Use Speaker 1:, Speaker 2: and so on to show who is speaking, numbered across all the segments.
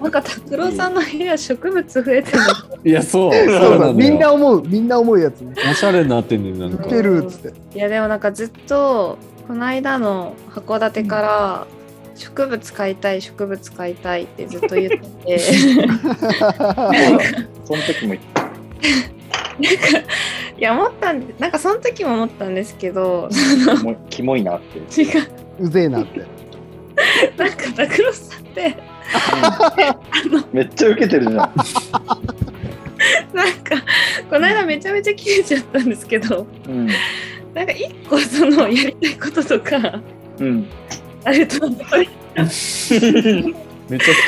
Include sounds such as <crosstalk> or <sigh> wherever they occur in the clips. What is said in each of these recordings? Speaker 1: なんか拓郎さんの部屋植物増えてる
Speaker 2: い
Speaker 3: <laughs>
Speaker 2: やそうそう
Speaker 4: そう
Speaker 2: な
Speaker 4: そ
Speaker 2: のよ
Speaker 4: うみんな思うみんな思うやつね
Speaker 2: おしゃれになってんねんなんか <laughs>
Speaker 4: ウケるっつっ
Speaker 1: <laughs>
Speaker 4: て
Speaker 1: いやでもなんかずっとこの間の函館から植物買いたい植物買いたいってずっと言ってて <laughs>
Speaker 3: その時も言っ
Speaker 1: いや思ったんでなんかその時も思ったんですけど
Speaker 3: たキモいキモいなって。
Speaker 1: 違う
Speaker 4: うぜえなって
Speaker 1: なんか拓郎さんって
Speaker 3: めっちゃウケてるじゃん。
Speaker 1: なんかこの間めちゃめちゃ切れちゃったんですけど
Speaker 3: うん。
Speaker 1: なんか一個そのやりたいこととか
Speaker 3: うん。
Speaker 1: あると
Speaker 2: めちゃくちゃ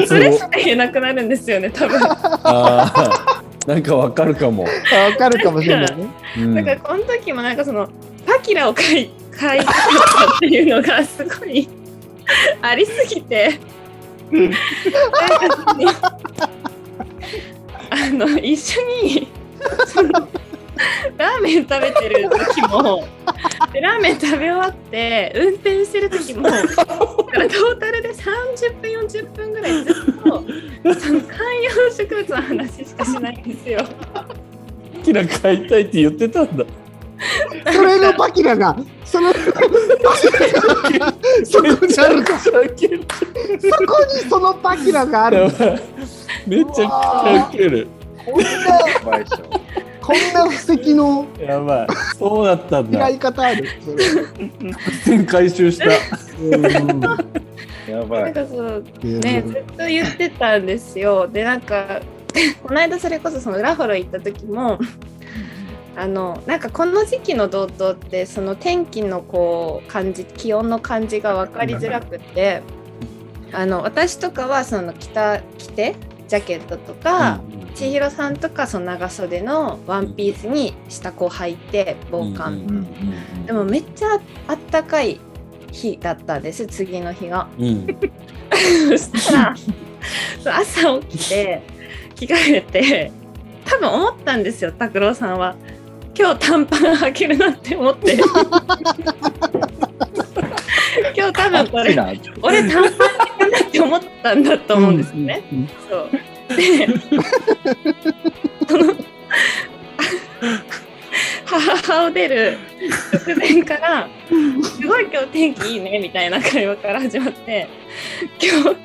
Speaker 1: そ
Speaker 2: ツ
Speaker 1: れ
Speaker 2: ボ
Speaker 1: しか言えなくなるんですよね多分
Speaker 2: あーなんかわかるかも、
Speaker 4: あわかるかもしれないね
Speaker 2: うん
Speaker 1: だからこの時もなんかそのパキラを買い <laughs> 買いたかったっていうのがすごい <laughs> ありすぎて
Speaker 3: うん
Speaker 1: なんかその <laughs> あの一緒にそのラーメン食べてる時もでラーメン食べ終わって運転してる時もだからトータルで30分40分ぐらいずっとその観葉植物の話しかしないんですよ。
Speaker 2: キラ買いたいって言ってたんだ
Speaker 4: それのパキラがそのパキラがそこにある
Speaker 2: めちゃ
Speaker 4: か
Speaker 2: くちゃウケる
Speaker 4: そこにそのパキラがある
Speaker 2: やばいめちゃくちゃウケる
Speaker 4: こんな
Speaker 3: やばいでしょ。
Speaker 4: こんな布石の
Speaker 2: やばいそうだったん
Speaker 4: 嫌
Speaker 2: だ
Speaker 4: い方あるそれ
Speaker 2: 全回収した
Speaker 4: うん
Speaker 3: やば
Speaker 1: なん
Speaker 3: い。
Speaker 1: かそうね、
Speaker 4: ね
Speaker 1: ずっと言ってたんですよ。で、なんか、 <laughs> この間それこそそのラフロ行った時も、あの、なんかこの時期の道東って、その天気のこう、感じ、気温の感じが分かりづらくて、あの、私とかはその着た、着て、ジャケットとか、千尋さんとかその長袖のワンピースに下こう履いて防寒、
Speaker 2: うん
Speaker 3: うん
Speaker 1: でもめっちゃあったかい日だったんです次の日が。
Speaker 2: うん
Speaker 1: そしたらそう朝起きて着替えて多分思ったんですよ拓郎さんは今日短パン履けるなって思って今日多分こ
Speaker 3: 暑い
Speaker 1: れ
Speaker 3: な。
Speaker 1: 俺短パン履けるなって思ったんだと思うんですよね、そうでその母を出る直前からすごい今日天気いいねみたいな会話から始まって今日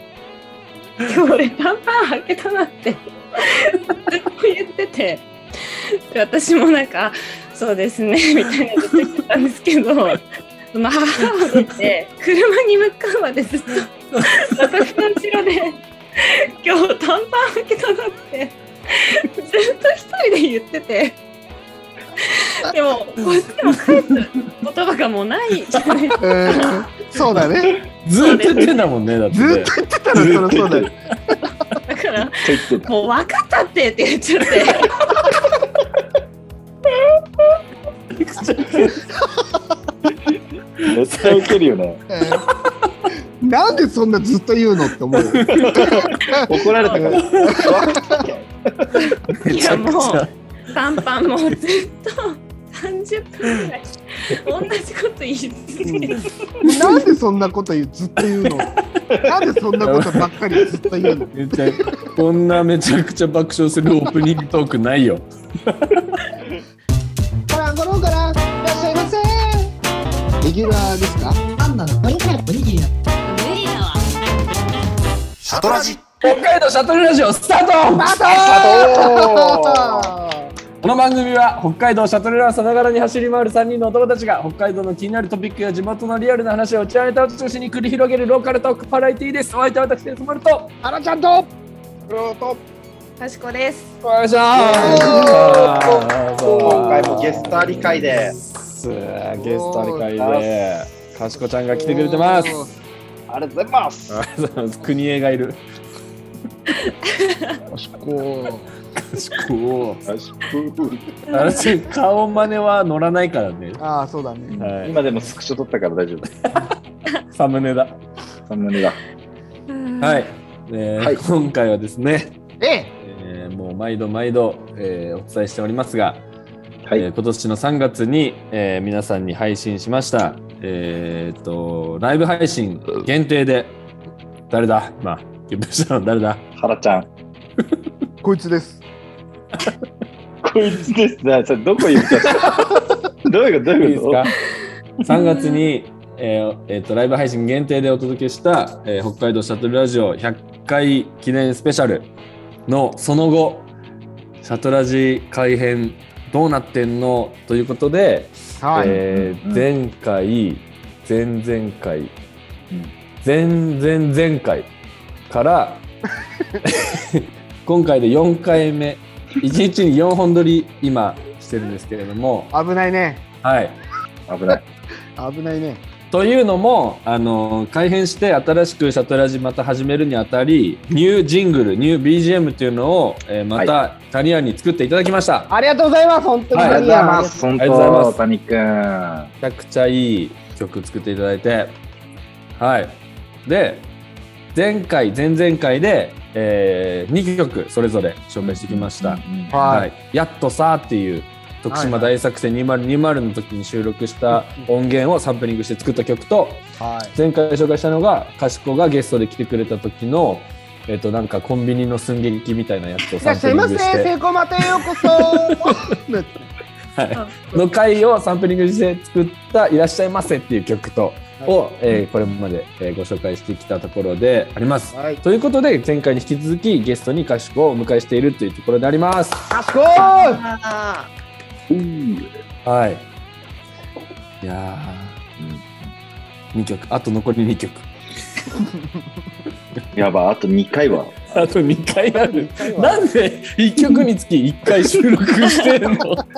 Speaker 1: 今日俺短パン履けたなってずっと言っててで私もなんかそうですねみたいなこと言ってたんですけどその母を出て車に向かうまでずっと私の後ろで今日短パン履けたなってずっと一人で言っててでもこっちも返す言葉がもうないじゃないですか
Speaker 4: そうだね
Speaker 2: ずーっと言ってんだもんねだって
Speaker 4: ず
Speaker 2: ね
Speaker 4: っと言ってたらそりゃそうだよ
Speaker 1: だから
Speaker 3: 言ってた。
Speaker 1: もう分かったってって言っちゃって
Speaker 3: めっちゃウケるよ <laughs> ね。
Speaker 4: うんなんでそんなずっと言うのって思うよ
Speaker 3: 怒られたから。 <laughs>
Speaker 2: めちゃくち
Speaker 1: いやも
Speaker 2: ゃ
Speaker 1: 短パンもずっと30分ぐらい同じこと言い続けて
Speaker 4: なんでそんなこと言うずっと言うのなんでそんなことばっかりずっと言うの
Speaker 2: めちゃこんなめちゃくちゃ爆笑するオープニングトークないよ
Speaker 4: ごらんごろんごらんいらっしゃいませレギュラーですか
Speaker 5: パンダのオリジナルおにぎりだ
Speaker 6: 無理だわ
Speaker 7: シャトラジ
Speaker 2: 北海道シャトルラジオスタート
Speaker 4: バト
Speaker 2: この番組は北海道シャトルランさながらに走り回る3人の男たちが北海道の気になるトピックや地元のリアルな話を打ち上げたを中心に繰り広げるローカルトークパラエティーですお相手は私ですまると
Speaker 4: あらちゃんとブローと
Speaker 1: かしこです
Speaker 2: お願いします
Speaker 3: 今回もゲストあり会で
Speaker 2: ですゲストあり会でかしこちゃんが来てくれてます
Speaker 3: <laughs> ありがとうございます。
Speaker 2: ありがとうございます国枝がいる
Speaker 4: おしっこ
Speaker 2: かしこ
Speaker 3: 今
Speaker 2: 私顔真似は乗らないからね
Speaker 4: ああそうだね
Speaker 2: はい
Speaker 3: でもスクショ撮ったから大丈夫。
Speaker 2: サムネだ
Speaker 3: サムネだ。
Speaker 2: はい、えー
Speaker 3: はい
Speaker 2: 今回はですね、
Speaker 4: え
Speaker 2: えーもう毎度毎度、えーお伝えしておりますが、
Speaker 3: はい
Speaker 2: えー今年の3月に、えー皆さんに配信しました、えーっとライブ配信限定で誰だ今検討したの誰だ
Speaker 3: 原ちゃん。
Speaker 4: こいつです。
Speaker 3: こいつですね。 <laughs> それどこ言っちゃったどういうことどう
Speaker 2: いい
Speaker 3: い
Speaker 2: で
Speaker 3: う
Speaker 2: す
Speaker 3: こ
Speaker 2: か
Speaker 3: <laughs> と
Speaker 2: ?3 月に、えーえーとライブ配信限定でお届けした、えー北海道シャトルラジオ100回記念スペシャルのその後、シャトラジ改編どうなってんのということで、
Speaker 4: はい。
Speaker 2: えー
Speaker 3: うん
Speaker 2: 前回、前々回、前々前回から、今回で4回目、1日に4本撮り今してるんですけれども、
Speaker 4: 危ないね。
Speaker 2: はい。
Speaker 3: 危ない。
Speaker 4: 危ないね。
Speaker 2: というのもあの改編して新しくシャトラジまた始めるにあたりニュージングルニュー BGM というのを、えーまたキャリアンに作っていただきました、
Speaker 4: ありがとうございます。本当に。
Speaker 2: はい
Speaker 3: ありがとうございま
Speaker 4: あ
Speaker 3: す。本
Speaker 2: ありがとうございま
Speaker 3: 当、
Speaker 2: す
Speaker 3: 谷くん。
Speaker 2: めちゃくちゃいい曲作っていただいてはいで前回前々回で、え2曲それぞれ紹介してきまし
Speaker 3: う
Speaker 2: た、
Speaker 3: ん
Speaker 4: りがとうございます。
Speaker 2: は
Speaker 4: はい
Speaker 2: い。、やっとさーっていう徳島大作戦2020の時に収録した音源をサンプリングして作った曲と
Speaker 4: はい。
Speaker 2: 前回紹介したのがかしこがゲストで来てくれた時のえっ、となんかコンビニの寸劇みたいなやつを
Speaker 4: いら
Speaker 2: サ
Speaker 4: っ
Speaker 2: ン
Speaker 4: し
Speaker 2: プ
Speaker 4: ゃ
Speaker 2: リ
Speaker 4: い
Speaker 2: ン
Speaker 4: ま
Speaker 2: グ
Speaker 4: せ。
Speaker 2: して
Speaker 4: セイコーまたようこそ。
Speaker 2: はいの回をサンプリングして作った「いらっしゃいませ」っていう曲とを、えーこれまで、えーご紹介してきたところであります。
Speaker 4: <laughs> はい。
Speaker 2: ということで前回に引き続きゲストにかしこをお迎えしているというところであります。
Speaker 4: かしこー。
Speaker 1: あ
Speaker 2: はい。いやー、2曲あと残り2曲。
Speaker 3: やばい、あと2回は。
Speaker 2: あと2回ある。なんで1曲につき1回収録してんの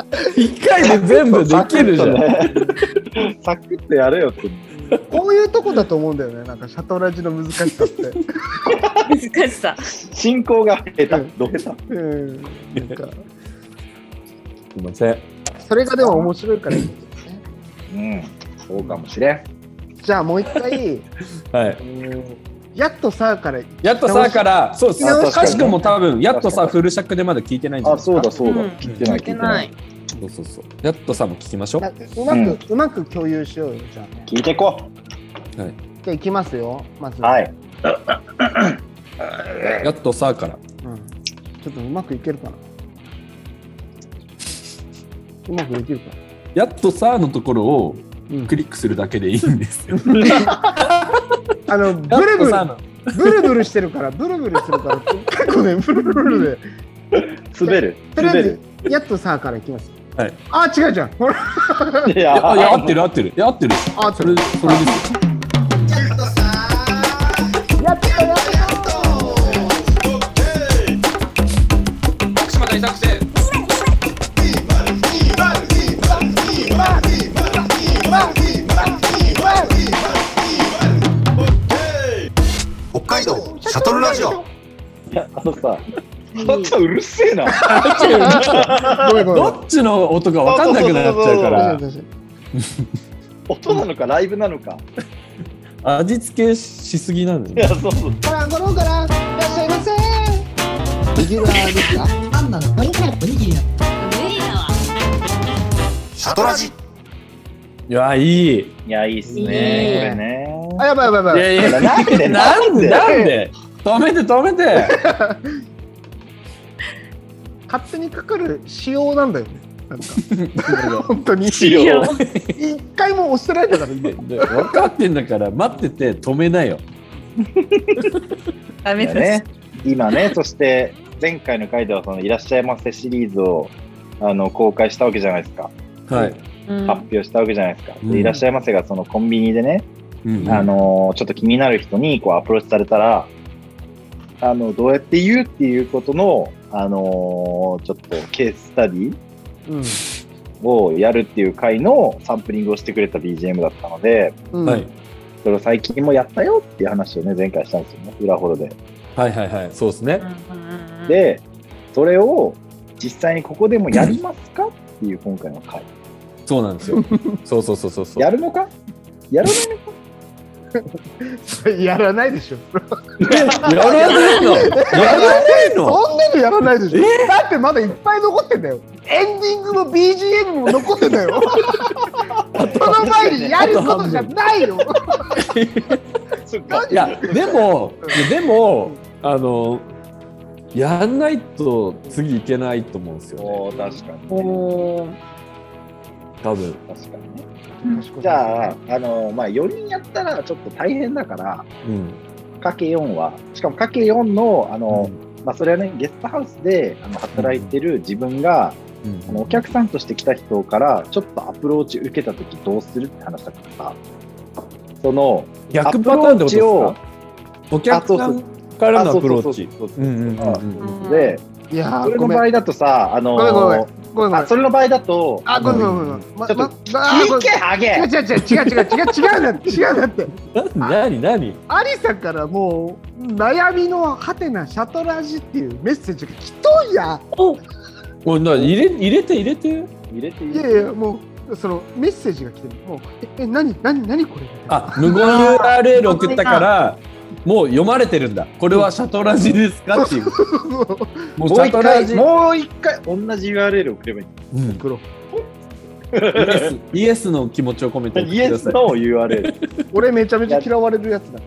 Speaker 2: <laughs> ?1 回で全部できるじゃん。
Speaker 3: ん。サクッとやれよって。
Speaker 4: こういうとこだと思うんだよね。なんかシャトラジの難しさって。
Speaker 1: ー難しさ。
Speaker 3: 進行が下手、ど下手。
Speaker 4: うん。なんか
Speaker 2: すいません。
Speaker 4: それがでも面白いからいいですよね。
Speaker 3: うん、そうかもしれん。
Speaker 4: じゃあもう一回。
Speaker 2: はい。
Speaker 4: うんやっとさから。
Speaker 2: やっとさから、そうです。
Speaker 4: あ確か
Speaker 2: か
Speaker 3: に
Speaker 2: しくも多分、やっとさ、
Speaker 3: 確か
Speaker 2: フル尺でまだ聞いてないんじゃ
Speaker 3: あ、
Speaker 2: ないです
Speaker 3: そうだ、そうだ
Speaker 1: うん。
Speaker 3: 聞いてない、聞いてない。。
Speaker 2: そうそうそう。やっとさも聞きましょう。
Speaker 4: うまく、うまく共有しようよ。じゃあ。
Speaker 3: 聞いてこ
Speaker 4: じゃあいきますよ。まず。
Speaker 3: う。はい。
Speaker 2: やっとさから。
Speaker 4: うんちょっとうまくいけるかな。うまくできるかな。
Speaker 2: やっとさのところを
Speaker 4: うん
Speaker 2: クリックするだけでいいんです <laughs> よ。
Speaker 4: あのブ
Speaker 2: やっ
Speaker 4: ルブ
Speaker 2: と
Speaker 4: ル
Speaker 2: さの。
Speaker 4: ブルブルしてるからブルブルしてるから結構ねブルブルで
Speaker 3: 滑る。
Speaker 4: とりあ
Speaker 3: 滑
Speaker 4: え
Speaker 3: る。
Speaker 4: ずやっとさからいきます。
Speaker 2: はい。
Speaker 4: あ違うじゃん。ほら
Speaker 3: いや
Speaker 2: いや、いや合ってる合ってる。いや、合ってる。
Speaker 4: あ
Speaker 2: それ、それですよ。
Speaker 4: やっとやっ
Speaker 7: 北海道シャトルラジオ
Speaker 3: あのさ、あっちゃんうるせえな。
Speaker 4: と。ごめんごめん
Speaker 2: どっちの音か分かんなくなっちゃうか
Speaker 4: ごめん
Speaker 2: ら
Speaker 4: ごめんごめん
Speaker 3: 音なのか、ライブなのか。
Speaker 2: 味付けしすぎなんだよ
Speaker 3: いや、そうそう。
Speaker 4: ほらごろからいらっしゃいませ。レギュラーですか。
Speaker 5: アンナのオリジナルおにぎりの
Speaker 1: 無理だわ。
Speaker 7: シャトラジ
Speaker 2: いやいい
Speaker 3: いや、いいっすね、こ
Speaker 1: いい
Speaker 3: れね。
Speaker 4: あやばいやばいやばい。
Speaker 2: いや
Speaker 3: なんで
Speaker 2: なんでなんで止めて止めて
Speaker 4: 勝手にかかる仕様なんだよね。なんか本当に
Speaker 3: 一応。
Speaker 4: 一回も押してないんだから今。
Speaker 2: で分かってんだから待ってて止めなよ
Speaker 1: ダメだ
Speaker 3: ね。
Speaker 2: <laughs>
Speaker 3: 今ね、そして前回の回ではそのいらっしゃいませシリーズをあの公開したわけじゃないですか。
Speaker 2: はい、
Speaker 1: うん
Speaker 3: 発表したわけじゃないですか。で
Speaker 2: うん
Speaker 3: いらっしゃいませがそのコンビニでね、
Speaker 2: うん
Speaker 3: あのちょっと気になる人にこうアプローチされたら、あのどうやって言うっていうことのあのちょっとケーススタディ
Speaker 4: うん。
Speaker 3: をやるっていう回のサンプリングをしてくれた BGM だったので、
Speaker 4: うん
Speaker 2: はい、
Speaker 3: それを最近もやったよっていう話をね前回したんですよね。裏ほどで。
Speaker 2: はいはいはいそうですね
Speaker 1: うん
Speaker 3: で、それを実際にここでもやりますかっていう今回の回。
Speaker 2: そうなん <laughs> ですよそうそうそうそうそう
Speaker 3: やるのかやらない
Speaker 4: やらないでしょ。
Speaker 2: やらないのやらないの
Speaker 4: そんなのやらないでしょ。だってまだいっぱい残ってんだよ。エンディングも BGM も残ってんだ <laughs> よ。その前にやることじゃない
Speaker 2: <laughs>
Speaker 4: よ。
Speaker 3: のそっかか。
Speaker 2: いやでもいやでもあのやんないと次いけないと思うんですよね
Speaker 3: おー確かにね、
Speaker 1: おー
Speaker 3: 確
Speaker 2: 多分
Speaker 3: かにね。
Speaker 4: うん
Speaker 3: じゃあ、あのまあ、4人やったらちょっと大変だから、
Speaker 2: うん
Speaker 3: かけ4は、しかもかけ4の、あのまあ、それはね、ゲストハウスであの働いてる自分が、
Speaker 2: うん
Speaker 3: あのお客さんとして来た人からちょっとアプローチ受けたときどうするって話だからさ、その、
Speaker 2: 逆パターンってことです
Speaker 3: ア
Speaker 2: かお客さんからのアプローチ
Speaker 3: あそうそうそうそう
Speaker 2: うんうんうんうん
Speaker 1: うん
Speaker 3: で、
Speaker 4: いや
Speaker 3: それ
Speaker 4: ーご
Speaker 3: の
Speaker 4: めん
Speaker 3: 場合だとさ、あの
Speaker 4: ごめんごめんごめんごめ
Speaker 3: あ
Speaker 4: ん
Speaker 3: それの場合だと、
Speaker 4: あごめんごめんごめんま
Speaker 3: ちょっと
Speaker 4: まあー
Speaker 3: 聞
Speaker 4: ごめん
Speaker 3: け、ハ
Speaker 4: 違う違う違う違う違う違う違う
Speaker 3: ゲ
Speaker 4: 違うだって
Speaker 2: なになに
Speaker 4: アリサからもう悩みのハテナシャトラジっていうメッセージが来とんや
Speaker 2: おな入れ入れて入れて
Speaker 3: 入れていい
Speaker 4: いやいやもうそのメッセージが来てるもうええ何何何これ <laughs>
Speaker 2: あ無言 URL 送ったからもう読まれてるんだこれはシャトラジですかっていうもう
Speaker 3: も
Speaker 2: シ
Speaker 3: う
Speaker 2: ャ
Speaker 3: 一
Speaker 2: トラ
Speaker 3: 回、
Speaker 2: ジ
Speaker 3: もう一回同じ URL 送ればいい。
Speaker 2: うん
Speaker 4: 黒
Speaker 2: イエスの気持ちを込めて送っ
Speaker 3: イ
Speaker 2: てく
Speaker 3: エ
Speaker 2: だ
Speaker 3: ス
Speaker 2: さい
Speaker 3: の URL。
Speaker 4: 俺めちゃめちゃ嫌われるやつだ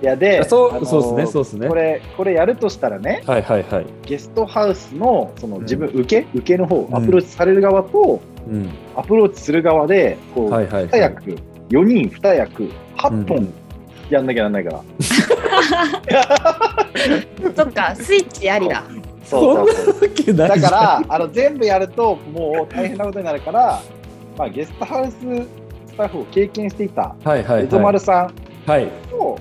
Speaker 3: いや、で、
Speaker 2: そう
Speaker 3: あのー
Speaker 2: そうですねそうですね
Speaker 3: これ、これやるとしたらね、
Speaker 2: はいはいはい
Speaker 3: ゲストハウスの、その
Speaker 2: うん
Speaker 3: 自分、受け、受けの方
Speaker 2: う、ん
Speaker 3: アプローチされる側と、
Speaker 2: うん
Speaker 3: アプローチする側で、こう、
Speaker 2: はいはい
Speaker 3: 2
Speaker 2: はい
Speaker 3: 役、4人2役、8
Speaker 2: う
Speaker 3: 本
Speaker 2: ん
Speaker 3: やんなきゃなんないから。
Speaker 1: そっか、スイッチありだ。
Speaker 3: そうそうそう。
Speaker 2: だ
Speaker 3: だから、あの全部やると、もう大変なことになるから、まあ、ゲストハウススタッフを経験していた、
Speaker 2: はいはい
Speaker 3: エゾマ
Speaker 2: は
Speaker 3: ルさん
Speaker 2: いはい
Speaker 3: と、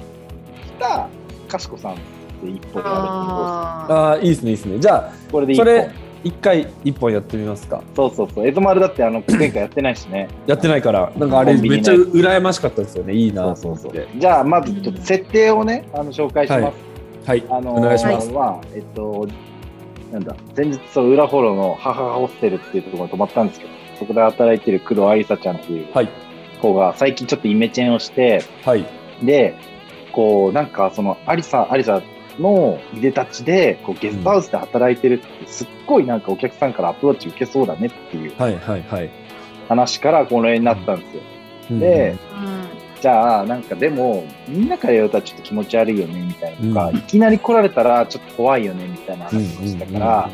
Speaker 3: 来た、かしこさんで一本や
Speaker 1: あ
Speaker 2: あーいいですねいいですねじゃ
Speaker 3: るっ
Speaker 2: あ
Speaker 3: てことです。これで一
Speaker 2: それ
Speaker 3: 本。
Speaker 2: 一回一本やってみますか
Speaker 3: そうそうそう。エゾマルだって、あの、前回やってないしね。
Speaker 2: やってないからなんかあれめっちゃ羨ましかったですよねいいなと
Speaker 3: そう
Speaker 2: 思っ
Speaker 3: そうそ
Speaker 2: て
Speaker 3: う。じゃあ、まず、ちょっと設定をね、あの紹介します。
Speaker 2: はいはい
Speaker 3: あのー
Speaker 2: お願いします
Speaker 3: あえっと、なんだ、先日、その裏幌の母がホステルっていうところに泊まったんですけど、そこで働いてる工藤愛沙ちゃんっていう
Speaker 2: はい
Speaker 3: 子が、最近ちょっとイメチェンをして、
Speaker 2: はい
Speaker 3: で、こう、なんか、その、アリサ、アリサのいでたちで、こう、ゲストハウスで働いてるって、すっごいなんかお客さんからアプローチ受けそうだねっていう
Speaker 2: はいはいはい
Speaker 3: 話から、この絵になったんですよ。
Speaker 2: うん
Speaker 3: で
Speaker 1: ーうん
Speaker 3: じゃあ、なんかでも、みんなから言うとちょっと気持ち悪いよね、みたいなとか、
Speaker 2: うん
Speaker 3: いきなり来られたらちょっと怖いよね、みたいな
Speaker 2: うん
Speaker 3: 話
Speaker 2: う
Speaker 3: を
Speaker 2: ん
Speaker 3: した
Speaker 2: うん
Speaker 3: から、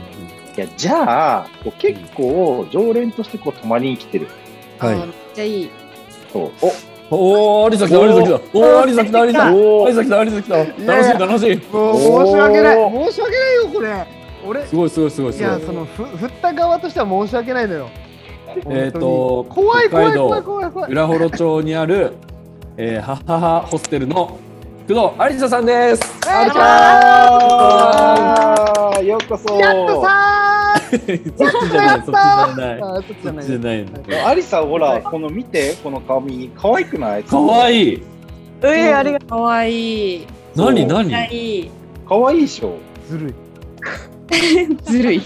Speaker 3: いや、じゃあ、こう結構、常連としてこう泊まりに来てる。
Speaker 1: あー
Speaker 2: はい
Speaker 1: めっちゃいい。
Speaker 3: そう。お
Speaker 2: おー、有沙来た、有沙来た。おー、有沙来た、有沙来た。
Speaker 3: お
Speaker 2: 有沙来た、有沙来た。楽しい、楽しい。
Speaker 4: もう申し訳ない申し訳ないよこれ俺
Speaker 2: すごい、すごい、すごい、
Speaker 4: い
Speaker 2: すご
Speaker 4: や
Speaker 2: い。
Speaker 4: そのふ振った側としては申し訳ないのよ
Speaker 2: えっと
Speaker 4: 怖い怖
Speaker 2: 北海
Speaker 4: い怖い
Speaker 2: 道
Speaker 4: 怖い怖い
Speaker 2: 浦幌町にある、えー、はははホステルの工藤有沙さんです。
Speaker 4: あ
Speaker 3: あ
Speaker 4: る
Speaker 3: る
Speaker 4: ち
Speaker 3: ち
Speaker 4: ゃ
Speaker 3: ゃんようこそ
Speaker 4: やっとさ
Speaker 2: そっちじゃない、そっちじゃない
Speaker 4: ー。あーそっちじ
Speaker 2: そ
Speaker 4: ゃ
Speaker 2: っ
Speaker 4: ない
Speaker 2: ちじゃない。
Speaker 3: アリサ、ほら、この見て、この髪、可愛くない
Speaker 2: かわ
Speaker 3: い。
Speaker 2: いい。
Speaker 1: え
Speaker 4: あり
Speaker 1: がとう。かわいい。
Speaker 3: そう
Speaker 2: 何、
Speaker 1: めっちゃ
Speaker 2: 何。
Speaker 1: いい。
Speaker 3: 可愛いでしょ。
Speaker 4: ずるい
Speaker 1: <laughs> ずるい。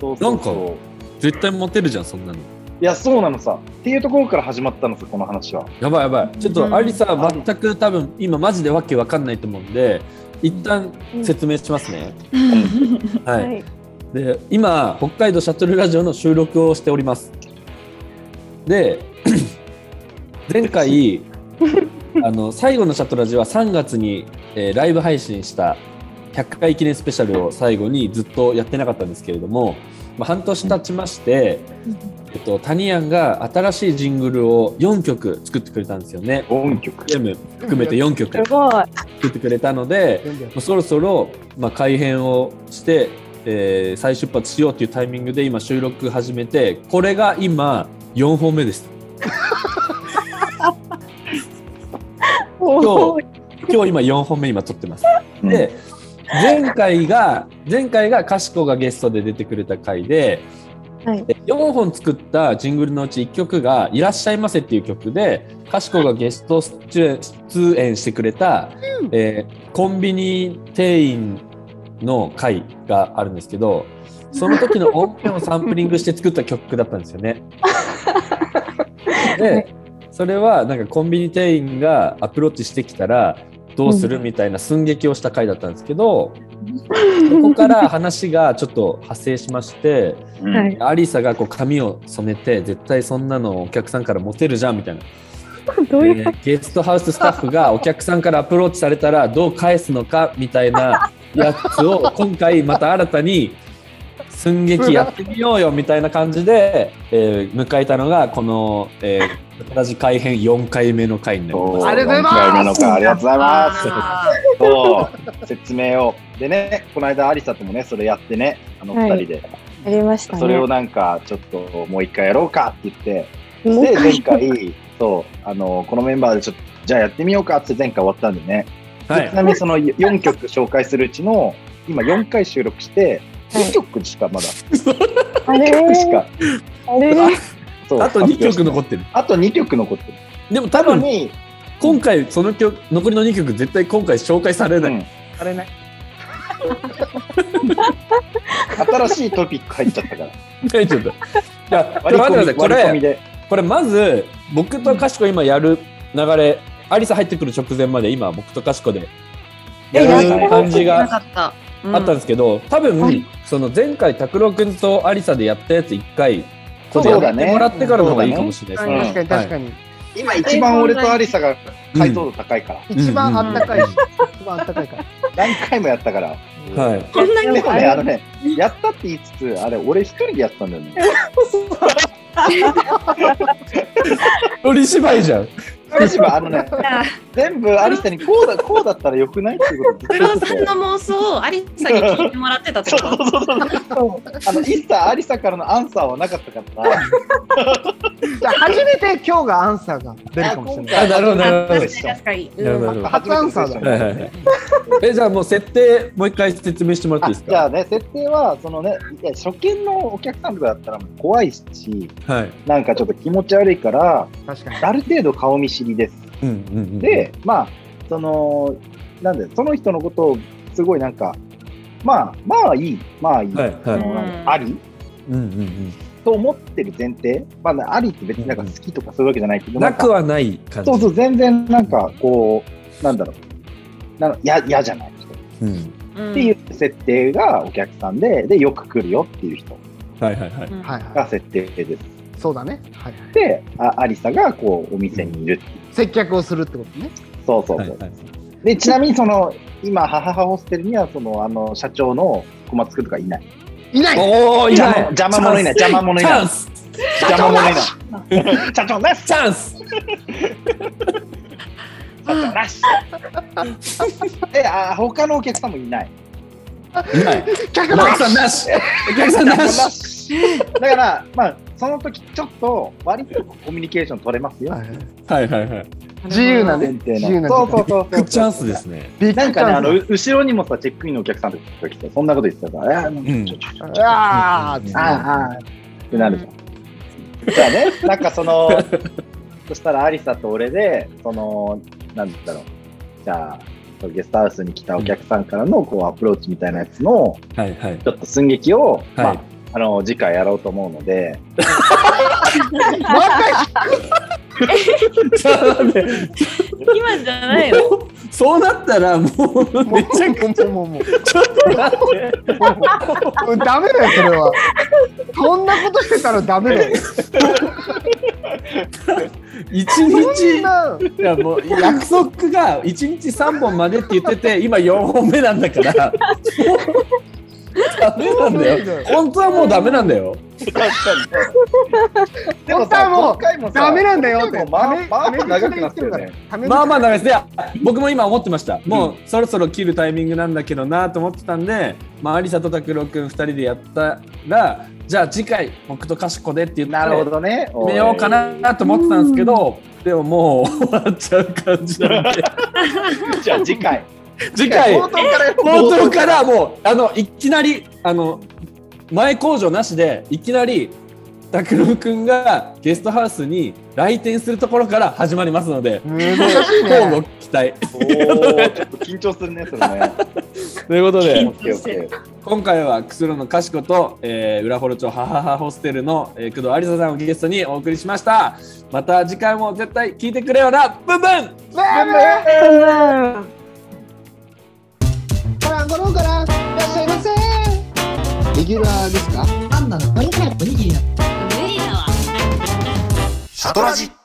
Speaker 3: そうそう
Speaker 2: なんか
Speaker 3: そう
Speaker 2: 絶対モテるじゃん、そんなの。
Speaker 3: いや、そうなのさ。っていうところから始まったのさ、この話は。
Speaker 2: やばい、やばい。ちょっ
Speaker 1: うん
Speaker 2: と有沙、全く多分、今マジでわけわかんないと思うんで。一旦説明しますね。はい。
Speaker 1: い。
Speaker 2: で今北海道シャトルラジオの収録をしておりますで前回あの最後のシャトラジは3月に、えーライブ配信した100回記念スペシャルを最後にずっとやってなかったんですけれども、まあ、半年経ちまして、えっと、タニアンが新しいジングルを4曲作ってくれたんですよね
Speaker 3: 音曲。
Speaker 2: ゲーム含めて4曲作
Speaker 1: ごい。
Speaker 2: ってくれたので
Speaker 4: 読んでやっ
Speaker 2: もうそろそろ、まあ、改編をして、えー再出発しようというタイミングで今収録始めてこれが今4本目です
Speaker 1: おー
Speaker 2: 今日今4本目今撮ってます
Speaker 3: うん
Speaker 2: で前回が前回がかしこがゲストで出てくれた回で、
Speaker 1: はい
Speaker 2: で4本作ったジングルのうち1曲が「いらっしゃいませ」っていう曲でかしこがゲスト出演出演してくれた、えーコンビニ店員の回があるんですけどその時の音源をサンプリングして作った曲だったんですよね。でそれはなんかコンビニ店員がアプローチしてきたらどうするみたいな寸劇をした回だったんですけど、そこから話がちょっと派生しまして、
Speaker 3: うん
Speaker 1: はい
Speaker 2: アリサがこう髪を染めて絶対そんなのお客さんからモテるじゃんみたいな
Speaker 5: <laughs> ど
Speaker 2: え
Speaker 5: ういう
Speaker 2: ーゲストハウススタッフがお客さんからアプローチされた
Speaker 5: <laughs>
Speaker 2: らどう返すのかみたいなやつを今回また新たに寸劇やってみようよみたいな感じで、えー迎えたのがこの「えー、ラジ改編」4回目の回になります。
Speaker 4: ありがとうございます
Speaker 3: 何回目のかありがとうございます。
Speaker 1: あー
Speaker 3: そう説明を。でね、この間、アリサともね、それやってね、あの
Speaker 5: はい
Speaker 3: 二人で、
Speaker 5: やりましたね。
Speaker 3: それをなんか、ちょっともう一回やろうかって言っ
Speaker 5: も
Speaker 3: て、
Speaker 5: う
Speaker 3: で、
Speaker 5: 一
Speaker 3: 前回、そう、あの、このメンバーでちょっと、じゃあやってみようかって前回終わったんでね、
Speaker 2: は
Speaker 3: ち
Speaker 2: い
Speaker 3: なみにその4曲紹介するうちの、今4回収録して、2曲しかまだ、
Speaker 5: あれ
Speaker 3: 2曲しか、
Speaker 5: あれ
Speaker 3: そう
Speaker 2: あと2曲残
Speaker 3: っ
Speaker 2: ってる
Speaker 3: あと2曲残ってる。
Speaker 2: でも多
Speaker 3: 多分
Speaker 2: 分
Speaker 3: に、
Speaker 2: 今回その曲残りの2曲絶対今回紹介されない、
Speaker 3: うん
Speaker 2: されない
Speaker 3: 新しいトピック入っちゃった
Speaker 2: <laughs>
Speaker 3: から。
Speaker 2: 大丈夫いや
Speaker 3: 割り
Speaker 2: 待ってくだ
Speaker 3: 込
Speaker 2: さい
Speaker 3: み
Speaker 2: こ
Speaker 3: 割り込
Speaker 2: れ
Speaker 3: みで。
Speaker 2: これまず僕とかしこ今やる流れ、アリサ入ってくる直前まで今僕とかしこで
Speaker 3: え
Speaker 2: や
Speaker 3: やって
Speaker 2: る
Speaker 3: る
Speaker 2: 感じ
Speaker 1: な
Speaker 2: が
Speaker 1: かった。うん
Speaker 2: あったんですけど、多分、その前回拓郎くんとアリサでやったやつ一回
Speaker 3: そう
Speaker 2: や
Speaker 3: だね
Speaker 2: ってもらってからの方がいいかもしれない
Speaker 1: そうだね
Speaker 2: です
Speaker 4: 確か
Speaker 2: ね
Speaker 4: に確かに。
Speaker 3: 今一番俺とアリサが解像度高いから、
Speaker 2: ん
Speaker 4: 一番あったかいし、一番あったかいから。
Speaker 3: 何回もやったから。
Speaker 2: はい、はい
Speaker 1: こんなに
Speaker 3: でもね、あのね、やったって言いつつ、あれ、俺一人でやってたんだよね。
Speaker 2: 取り芝居じゃん
Speaker 3: 彼氏はあのね、
Speaker 1: あ
Speaker 3: 全部アリサにこうだ、こうだったらよくないっていうこと
Speaker 1: プ
Speaker 3: ずっと
Speaker 1: ロ
Speaker 3: 言って
Speaker 1: さ
Speaker 3: て
Speaker 1: んの妄想をアリサに聞いてもらってたって
Speaker 3: そう
Speaker 1: こ
Speaker 3: そ
Speaker 1: と
Speaker 3: うそうそうあの一切アリサからのアンサーはなかったからな
Speaker 4: じゃあ初めて今日がアンサーが出るかもしれない。
Speaker 2: あなるほどなるほ
Speaker 1: 確か
Speaker 2: ど
Speaker 1: に確かに。
Speaker 2: なるほ
Speaker 1: うん
Speaker 2: ど
Speaker 4: 初アンサーだね
Speaker 2: はいはいはいえじゃあもう設定もう一回説明してもらっていいです
Speaker 3: じゃ
Speaker 2: か
Speaker 3: あね設定はそのねいや初見のお客さんとかだったらもう怖いし
Speaker 2: はい
Speaker 3: なんかちょっと気持ち悪いから
Speaker 4: 確かに。
Speaker 3: ある程度顔見知りです
Speaker 2: うんうんうん
Speaker 3: で、まあ、その、なんで、その人のことを、すごいなんか、まあ、まあいい、まあいい、
Speaker 2: はいはい
Speaker 3: そのなんかあり
Speaker 2: うんうん
Speaker 3: と思ってる前提、まあ、ありって別になんか好きとかそういうわけじゃないけ
Speaker 2: う
Speaker 3: ど、
Speaker 2: んな
Speaker 3: か
Speaker 2: くはない感じ
Speaker 3: そうそう、全然なんか、こう、なんだろう、なのや嫌じゃない人っ
Speaker 2: うん
Speaker 1: うん
Speaker 3: ていう設定がお客さんで、で、よく来るよっていう人
Speaker 2: はいはいはい
Speaker 1: うん
Speaker 4: はいは
Speaker 3: が設定です。
Speaker 4: い。そうだね。はいはい。
Speaker 3: で、あありさが、こう、お店にいるっていう。
Speaker 4: 接客をするってことね。
Speaker 3: そうそうそう。
Speaker 2: はいはい
Speaker 3: でちなみにその今母母ホステルにはそのあの社長の小松くんとかいない
Speaker 4: いない。
Speaker 2: おおいな
Speaker 3: 邪魔
Speaker 2: い
Speaker 3: 邪魔者いない邪魔者いない
Speaker 2: チャンス
Speaker 3: 邪魔者いない社長なし
Speaker 2: チャンス
Speaker 3: 社長なしえあ他のお客さんもいない
Speaker 2: いない
Speaker 4: 客
Speaker 2: お
Speaker 4: だ
Speaker 2: 客さんなしお客さんなし
Speaker 3: しだからまあその時ちょっと割とコミュニケーション取れますよ
Speaker 4: はいは
Speaker 2: は
Speaker 4: い
Speaker 2: いはいはい
Speaker 4: 自由なね
Speaker 3: 前提
Speaker 4: 自由な
Speaker 3: のそうそうそうそう
Speaker 2: <laughs> チャンスですね
Speaker 4: ビッグ
Speaker 3: なんかねあの
Speaker 4: チ
Speaker 3: う後ろにもさチェックインのお客さんとか来てそんなこと言ってたからあ
Speaker 2: うん
Speaker 4: ャンスああ、
Speaker 3: ああああってなるじゃん。じゃあね、なんかその、そしたらアリサと俺で、その、なんだろう、じゃあ、そのゲストハウスに来たお客さんからのこうアプローチみたいなやつの、
Speaker 2: はい <laughs> はい
Speaker 3: ちょっと寸劇を、ま
Speaker 2: は
Speaker 3: あ、あの次回やろうと思うので、
Speaker 2: いちょっと待って
Speaker 1: 今じゃないの。
Speaker 2: そうなったらもう
Speaker 4: もう
Speaker 2: めちゃくち
Speaker 4: もうもうもう
Speaker 2: ゃちょっと待って
Speaker 4: もうダメだよそれは。そんなことしてたらダメだよ。
Speaker 2: 一
Speaker 4: そん
Speaker 2: 日
Speaker 4: ない
Speaker 2: やもう約束が1日3本までって言ってて今4本目なんだから <laughs> ダメなんだよ本当はもうダメなんだよ
Speaker 3: でも
Speaker 4: 本当は
Speaker 3: さ、
Speaker 4: もう
Speaker 3: 今回もさ
Speaker 4: ダメなんだよっ
Speaker 3: 今
Speaker 4: て。
Speaker 3: 回もまあまあ長くなってるよね。
Speaker 2: まあまあダメですいや僕も今思ってましたもうそろそろ切るタイミングなんだけどなと思ってたんでまあありさと拓郎くん2人でやったらじゃあ次回僕とかしこでって言って
Speaker 3: なるほどね。
Speaker 2: 決めようかなと思ってたんですけどでももう終わっちゃう感じなん <laughs> で
Speaker 3: おい。じゃあ次回。
Speaker 2: 次回
Speaker 3: 冒頭からやろう
Speaker 2: 冒頭からもうあのいきなりあの前工場なしでいきなり拓郎くんがゲストハウスに来店するところから始まりますので
Speaker 4: 難しい
Speaker 2: 乞うご
Speaker 4: ね。
Speaker 2: 期 <laughs> 待
Speaker 3: おーちょっと緊張するね、それね。
Speaker 2: ということで
Speaker 3: オッケーオッケー
Speaker 2: 今回はクスロのかしこと、えー、浦幌町ハハハホステルの、えー、工藤有沙さんをゲストにお送りしましたまた次回も絶対聞いてくれよなブンブン
Speaker 4: ごらんごろんからいらっしゃいませ。レギュラーですか？
Speaker 7: シャトラジ